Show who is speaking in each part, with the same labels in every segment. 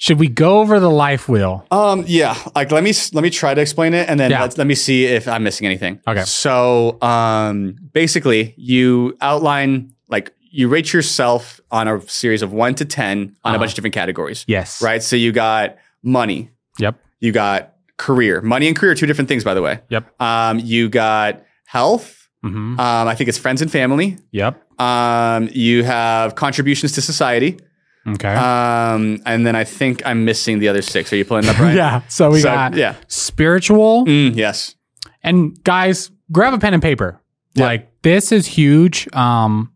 Speaker 1: Should we go over the life wheel?
Speaker 2: Um, yeah, like let me let me try to explain it, and then
Speaker 1: Yeah.
Speaker 2: let's, let me see if I'm missing anything.
Speaker 1: Okay.
Speaker 2: So, um, basically, you outline like you rate yourself on a series of one to ten on a
Speaker 1: Uh-huh.
Speaker 2: bunch of different categories,
Speaker 1: Yes.
Speaker 2: right? So you got money,
Speaker 1: Yep.
Speaker 2: you got career. Money and career are two different things, by the way.
Speaker 1: Yep.
Speaker 2: Um, you got health.
Speaker 1: Mm-hmm.
Speaker 2: Um, I think it's friends and family.
Speaker 1: Yep.
Speaker 2: Um, you have contributions to society.
Speaker 1: Okay.
Speaker 2: Um, and then I think I'm missing the other six. Are you pulling it up right?
Speaker 1: Yeah. So we
Speaker 2: So,
Speaker 1: got
Speaker 2: yeah.
Speaker 1: spiritual
Speaker 2: Mm, yes.
Speaker 1: and guys, grab a pen and paper.
Speaker 2: Yeah.
Speaker 1: Like this is huge. Um,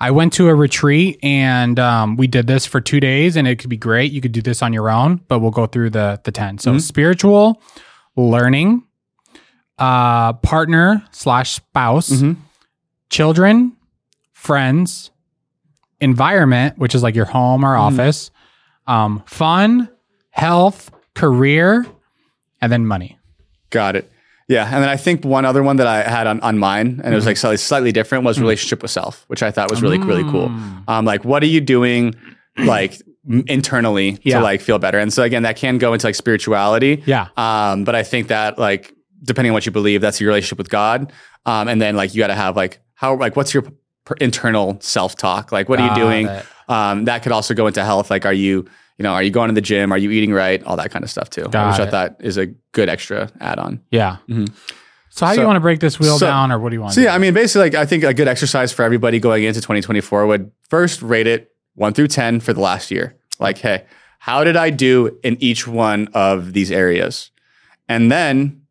Speaker 1: I went to a retreat and um, we did this for two days, and it could be great. You could do this on your own, but we'll go through the the ten. So
Speaker 2: Mhm.
Speaker 1: spiritual, learning, uh, partner slash spouse,
Speaker 2: Mhm.
Speaker 1: children, friends, environment, which is like your home or
Speaker 2: Mm-hmm.
Speaker 1: office, um, fun, health, career, and then money.
Speaker 2: Got it. Yeah. And then I think one other one that I had on, on mine, and it was
Speaker 1: Mm-hmm.
Speaker 2: like slightly, slightly different, was relationship with self, which I thought was really, really cool.
Speaker 1: Mm.
Speaker 2: Um, like, what are you doing like m- internally
Speaker 1: Yeah.
Speaker 2: to like feel better? And so, again, that can go into like spirituality.
Speaker 1: Yeah.
Speaker 2: Um, but I think that like, depending on what you believe, that's your relationship with God. Um, and then like, you got to have like, how, like, what's your p- per- internal self talk? Like, what are
Speaker 1: Got
Speaker 2: you doing?
Speaker 1: it.
Speaker 2: Um, that could also go into health. Like, are you, you know, are you going to the gym? Are you eating right? All that kind of stuff too,
Speaker 1: Got
Speaker 2: which
Speaker 1: it.
Speaker 2: I thought is a good extra add on.
Speaker 1: Yeah.
Speaker 2: Mhm.
Speaker 1: So how do you
Speaker 2: So-
Speaker 1: want to break this wheel
Speaker 2: so-
Speaker 1: down, or what do you want?
Speaker 2: So
Speaker 1: to
Speaker 2: yeah, I mean, basically, like I think a good exercise for everybody going into 2024 would first rate it one through ten for the last year. Like, hey, how did I do in each one of these areas? And then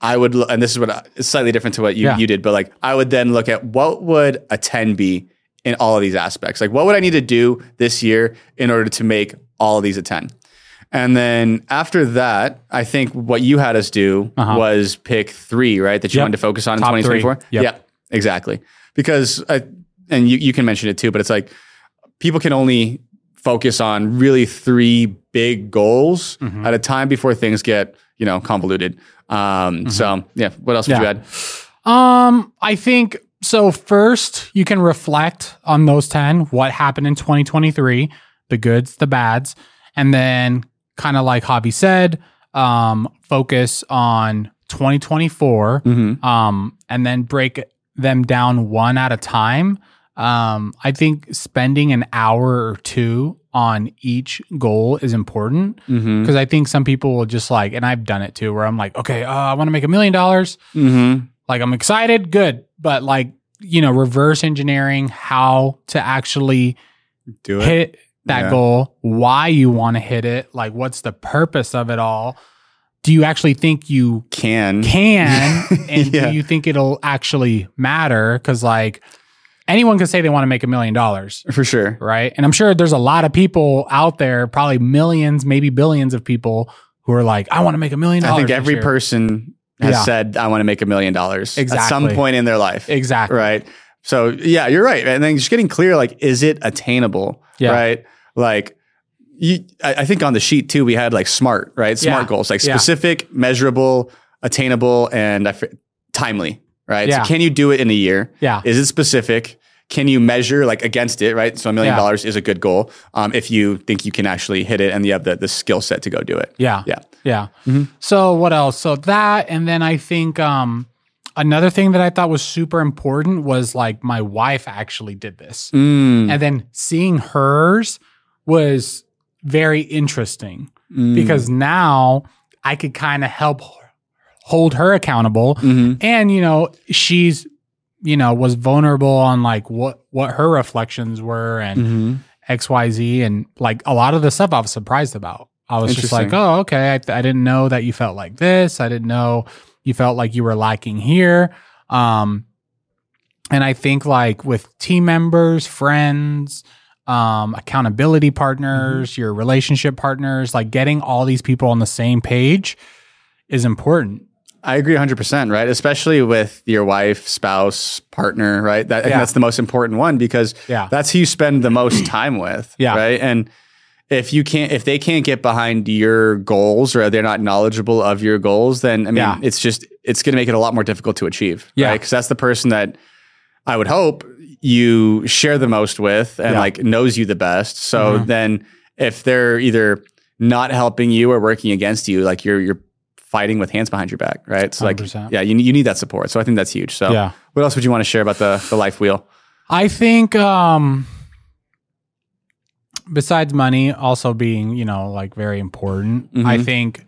Speaker 2: I would, lo- and this is what I, it's slightly different to what you
Speaker 1: Yeah.
Speaker 2: you did, but like I would then look at what would a ten be in all of these aspects. Like, what would I need to do this year in order to make all of these a ten? And then after that, I think what you had us do
Speaker 1: Uh-huh.
Speaker 2: was pick three, right? That you
Speaker 1: Yep.
Speaker 2: wanted to focus on in
Speaker 1: Top three.
Speaker 2: 2024.
Speaker 1: Yep.
Speaker 2: Yeah, exactly. Because I, and you, you can mention it too, but it's like people can only focus on really three big goals
Speaker 1: Mhm.
Speaker 2: at a time before things get, you know, convoluted. Um, So yeah, what else would
Speaker 1: Mm-hmm.
Speaker 2: you
Speaker 1: Yeah.
Speaker 2: add?
Speaker 1: do? Um, I think so. First, you can reflect on those ten. What happened in 2023? The goods, the bads, and then kind of like Hobby said, um, focus on 2024.
Speaker 2: Mm-hmm.
Speaker 1: um, and then break them down one at a time. Um, I think spending an hour or two on each goal is important
Speaker 2: Mm-hmm.
Speaker 1: because I think some people will just like, and I've done it too, where I'm like, okay, uh, I want to make a million dollars.
Speaker 2: Mm-hmm.
Speaker 1: Like, I'm excited, good, but like, you know, reverse engineering how to actually
Speaker 2: Do it.
Speaker 1: hit that
Speaker 2: Yeah.
Speaker 1: goal, why you want to hit it, like, what's the purpose of it all? Do you actually think you
Speaker 2: Can.
Speaker 1: can and
Speaker 2: Yeah.
Speaker 1: do you think it'll actually matter because like anyone can say they want to make a million dollars
Speaker 2: For sure.
Speaker 1: right and i'm sure there's a lot of people out there probably millions maybe billions of people who are like i want to make a million
Speaker 2: I
Speaker 1: dollars
Speaker 2: think
Speaker 1: this
Speaker 2: every
Speaker 1: year."
Speaker 2: person has
Speaker 1: Yeah.
Speaker 2: said, I want to make a million dollars at some
Speaker 1: Exactly.
Speaker 2: point in their life.
Speaker 1: exactly
Speaker 2: Right. So yeah, you're right. And then just getting clear, like, is it attainable?
Speaker 1: Yeah.
Speaker 2: Right. Like you I, I think on the sheet too, we had like smart, right? Smart
Speaker 1: Yeah.
Speaker 2: goals, like
Speaker 1: Yeah.
Speaker 2: specific, measurable, attainable, and I fi- timely. Right.
Speaker 1: Yeah.
Speaker 2: So can you do it in a year?
Speaker 1: yeah
Speaker 2: Is it specific? Can you measure like against it? Right. So a million
Speaker 1: Yeah.
Speaker 2: dollars is a good goal um, if you think you can actually hit it and you have the, the skill set to go do it.
Speaker 1: yeah
Speaker 2: Yeah.
Speaker 1: yeah
Speaker 2: Mhm.
Speaker 1: so what else so that and then i think um another thing that i thought was super important was like my wife actually did this
Speaker 2: Mm,
Speaker 1: and then seeing hers was very interesting
Speaker 2: mm,
Speaker 1: because now I could kind of help h- hold her accountable.
Speaker 2: mhm.
Speaker 1: And you know, she's you know was vulnerable on like what what her reflections were and
Speaker 2: Mhm.
Speaker 1: X Y Z and like a lot of the stuff I was surprised about. I was just like,
Speaker 2: Interesting.
Speaker 1: oh okay, I, th- I didn't know that you felt like this. I didn't know you felt like you were lacking here. Um, and I think like with team members, friends, um, accountability partners, your relationship partners, like getting all these people on the same page is important.
Speaker 2: I agree 100%, right? Especially with your wife, spouse, partner, right? That, I
Speaker 1: Yeah.
Speaker 2: think that's the most important one because
Speaker 1: Yeah.
Speaker 2: that's who you spend the most time with,
Speaker 1: Yeah.
Speaker 2: right? And if you can't, if they can't get behind your goals or they're not knowledgeable of your goals, then I mean,
Speaker 1: Yeah.
Speaker 2: it's just, it's going to make it a lot more difficult to achieve,
Speaker 1: Yeah.
Speaker 2: Because that's the person that I would hope you share the most with and
Speaker 1: Yeah.
Speaker 2: like knows you the best. So
Speaker 1: Mhm.
Speaker 2: then if they're either not helping you or working against you. Like you're you're fighting with hands behind your back, right? So like
Speaker 1: 100%.
Speaker 2: yeah, you need- you need that support. So I think that's huge. So
Speaker 1: Yeah.
Speaker 2: what else would you want to share about the the life wheel?
Speaker 1: I think um besides money also being, you know, like very important,
Speaker 2: Mhm.
Speaker 1: I think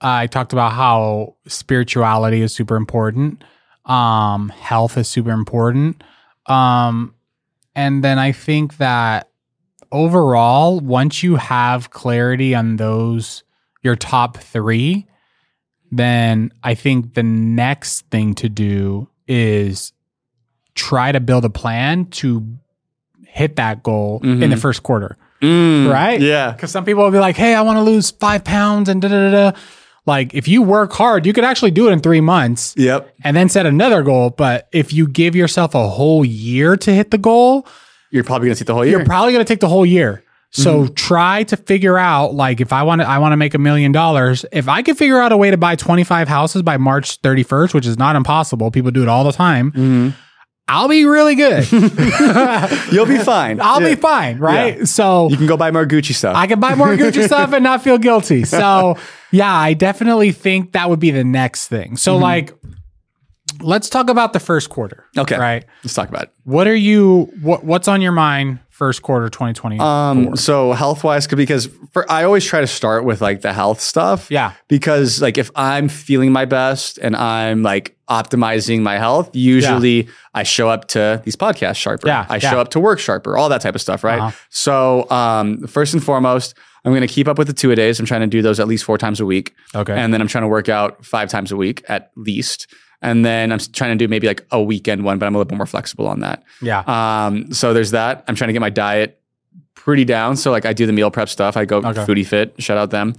Speaker 1: I talked about how spirituality is super important. Um health is super important. Um and then I think that overall, once you have clarity on those your top 3, then I think the next thing to do is try to build a plan to hit that goal in the
Speaker 2: Mhm.
Speaker 1: first quarter.
Speaker 2: Mm,
Speaker 1: Right?
Speaker 2: Yeah.
Speaker 1: Because some people will be like, hey, I want to lose five pounds and da da da da. Like, if you work hard, you could actually do it in three months
Speaker 2: Yep.
Speaker 1: and then set another goal. But if you give yourself a whole year to hit the goal,
Speaker 2: You're probably gonna see the whole year.
Speaker 1: you're probably going to take the whole year. So try to figure out like if I want to I want to make a million dollars, if I can figure out a way to buy 25 houses by March 31st, which is not impossible, people do it all the time, I'll be really good.
Speaker 2: You'll be fine.
Speaker 1: I'll
Speaker 2: Yeah.
Speaker 1: be fine, right?
Speaker 2: Yeah.
Speaker 1: So
Speaker 2: You can go buy more Gucci stuff.
Speaker 1: I can buy more Gucci stuff and not feel guilty. So yeah, I definitely think that would be the next thing. So
Speaker 2: Mm-hmm.
Speaker 1: like let's talk about the first quarter.
Speaker 2: Okay.
Speaker 1: Right.
Speaker 2: Let's talk about it.
Speaker 1: What are you what what's on your mind first quarter 2020?
Speaker 2: Um, so health wise, because for, I always try to start with like the health stuff.
Speaker 1: Yeah.
Speaker 2: Because like if I'm feeling my best and I'm like optimizing my health, usually I show up to these podcasts sharper.
Speaker 1: Yeah,
Speaker 2: I
Speaker 1: yeah.
Speaker 2: show up to work sharper, all that type of stuff. Right.
Speaker 1: Uh-huh.
Speaker 2: So um, first and foremost, I'm going to keep up with the two a days. I'm trying to do those at least four times a week.
Speaker 1: okay.
Speaker 2: And then I'm trying to work out five times a week at least. And then I'm trying to do maybe like a weekend one, but I'm a little bit more flexible on that.
Speaker 1: yeah.
Speaker 2: Um, so there's that. I'm trying to get my diet pretty down. So like I do the meal prep stuff. I go
Speaker 1: Okay.
Speaker 2: foodie fit. Shout out them.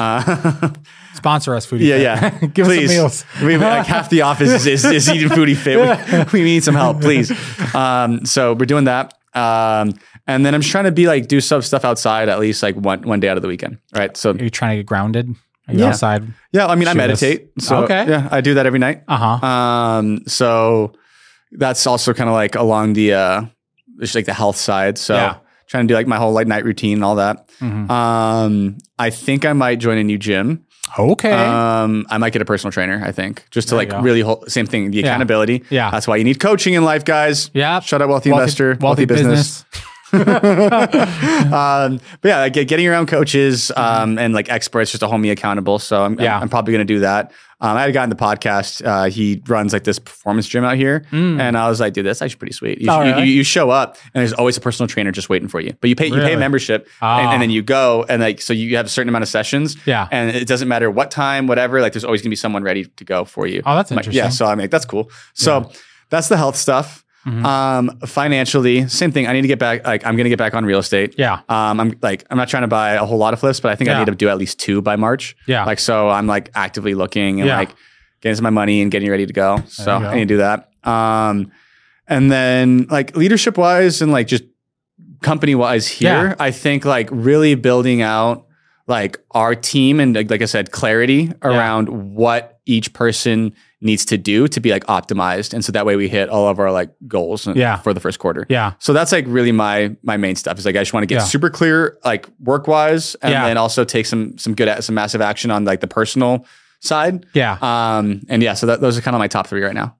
Speaker 2: Uh,
Speaker 1: Sponsor us, foodie.
Speaker 2: yeah,
Speaker 1: Fit.
Speaker 2: yeah.
Speaker 1: Give
Speaker 2: please.
Speaker 1: us some
Speaker 2: We,
Speaker 1: meals.
Speaker 2: we- like half the office is, is, is eating foodie fit. We, we need some help, please. Um, so we're doing that. Um, and then I'm just trying to be like do some stuff outside at least like one one day out of the weekend. Right. So
Speaker 1: Are you trying to get grounded? Are you
Speaker 2: Yeah.
Speaker 1: outside?
Speaker 2: yeah, I mean I
Speaker 1: Shoot us.
Speaker 2: meditate. So
Speaker 1: Okay.
Speaker 2: yeah, I do that every night.
Speaker 1: Uh huh.
Speaker 2: Um, so that's also kind of like along the uh, just like the health side. So
Speaker 1: Yeah. Mm-hmm.
Speaker 2: trying to do like my whole like night routine and all that. Um, I think I might join a new gym.
Speaker 1: Okay.
Speaker 2: Um, I might get a personal trainer. I think just to
Speaker 1: There
Speaker 2: like
Speaker 1: you go.
Speaker 2: really hold, same thing, the
Speaker 1: Yeah.
Speaker 2: accountability.
Speaker 1: Yeah.
Speaker 2: that's why you need coaching in life, guys.
Speaker 1: Yep.
Speaker 2: Shut up, wealthy, investor, wealthy, business um, but yeah, like, getting around coaches um, and like experts just to hold me accountable. So I'm,
Speaker 1: Mm-hmm. Yeah.
Speaker 2: I'm, probably going to do that. Um, I had a guy on the podcast. Uh, he runs like this performance gym out here, and I was like, "Dude, that's actually pretty sweet." You,
Speaker 1: Mm. Oh,
Speaker 2: you-
Speaker 1: really?
Speaker 2: you, you show up, and there's always a personal trainer just waiting for you. But you pay you pay a
Speaker 1: Really?
Speaker 2: membership, and,
Speaker 1: Ah.
Speaker 2: and then you go, and like so you have a certain amount of sessions.
Speaker 1: Yeah.
Speaker 2: and it doesn't matter what time, whatever. Like there's always going to be someone ready to go for you.
Speaker 1: Oh, that's
Speaker 2: I'm like,
Speaker 1: interesting.
Speaker 2: yeah, so I'm like, that's cool. So that's the health stuff. Um, financially, same thing. I need to get back. Like, I'm gonna get back on real estate.
Speaker 1: Yeah.
Speaker 2: Um, I'm like, I'm not trying to buy a whole lot of flips, but I think I
Speaker 1: Yeah.
Speaker 2: need to do at least two by March.
Speaker 1: Yeah.
Speaker 2: Like, so I'm like actively looking and
Speaker 1: Yeah.
Speaker 2: like getting some of my money and getting ready to go. So
Speaker 1: you go.
Speaker 2: I need to do that. Um, and then like leadership wise and like just company wise here,
Speaker 1: Yeah.
Speaker 2: I think like really building out like our team and like, like I said, clarity around what each person needs to do to be like optimized. And so that way we hit all of our like goals
Speaker 1: Yeah.
Speaker 2: for the first quarter.
Speaker 1: Yeah.
Speaker 2: So that's like really my my main stuff is like I just want to get
Speaker 1: Yeah.
Speaker 2: super clear like work wise, and
Speaker 1: Yeah.
Speaker 2: then also take some some good some massive action on like the personal side.
Speaker 1: Yeah.
Speaker 2: Um, and yeah, so that, those are kind of my top three right now.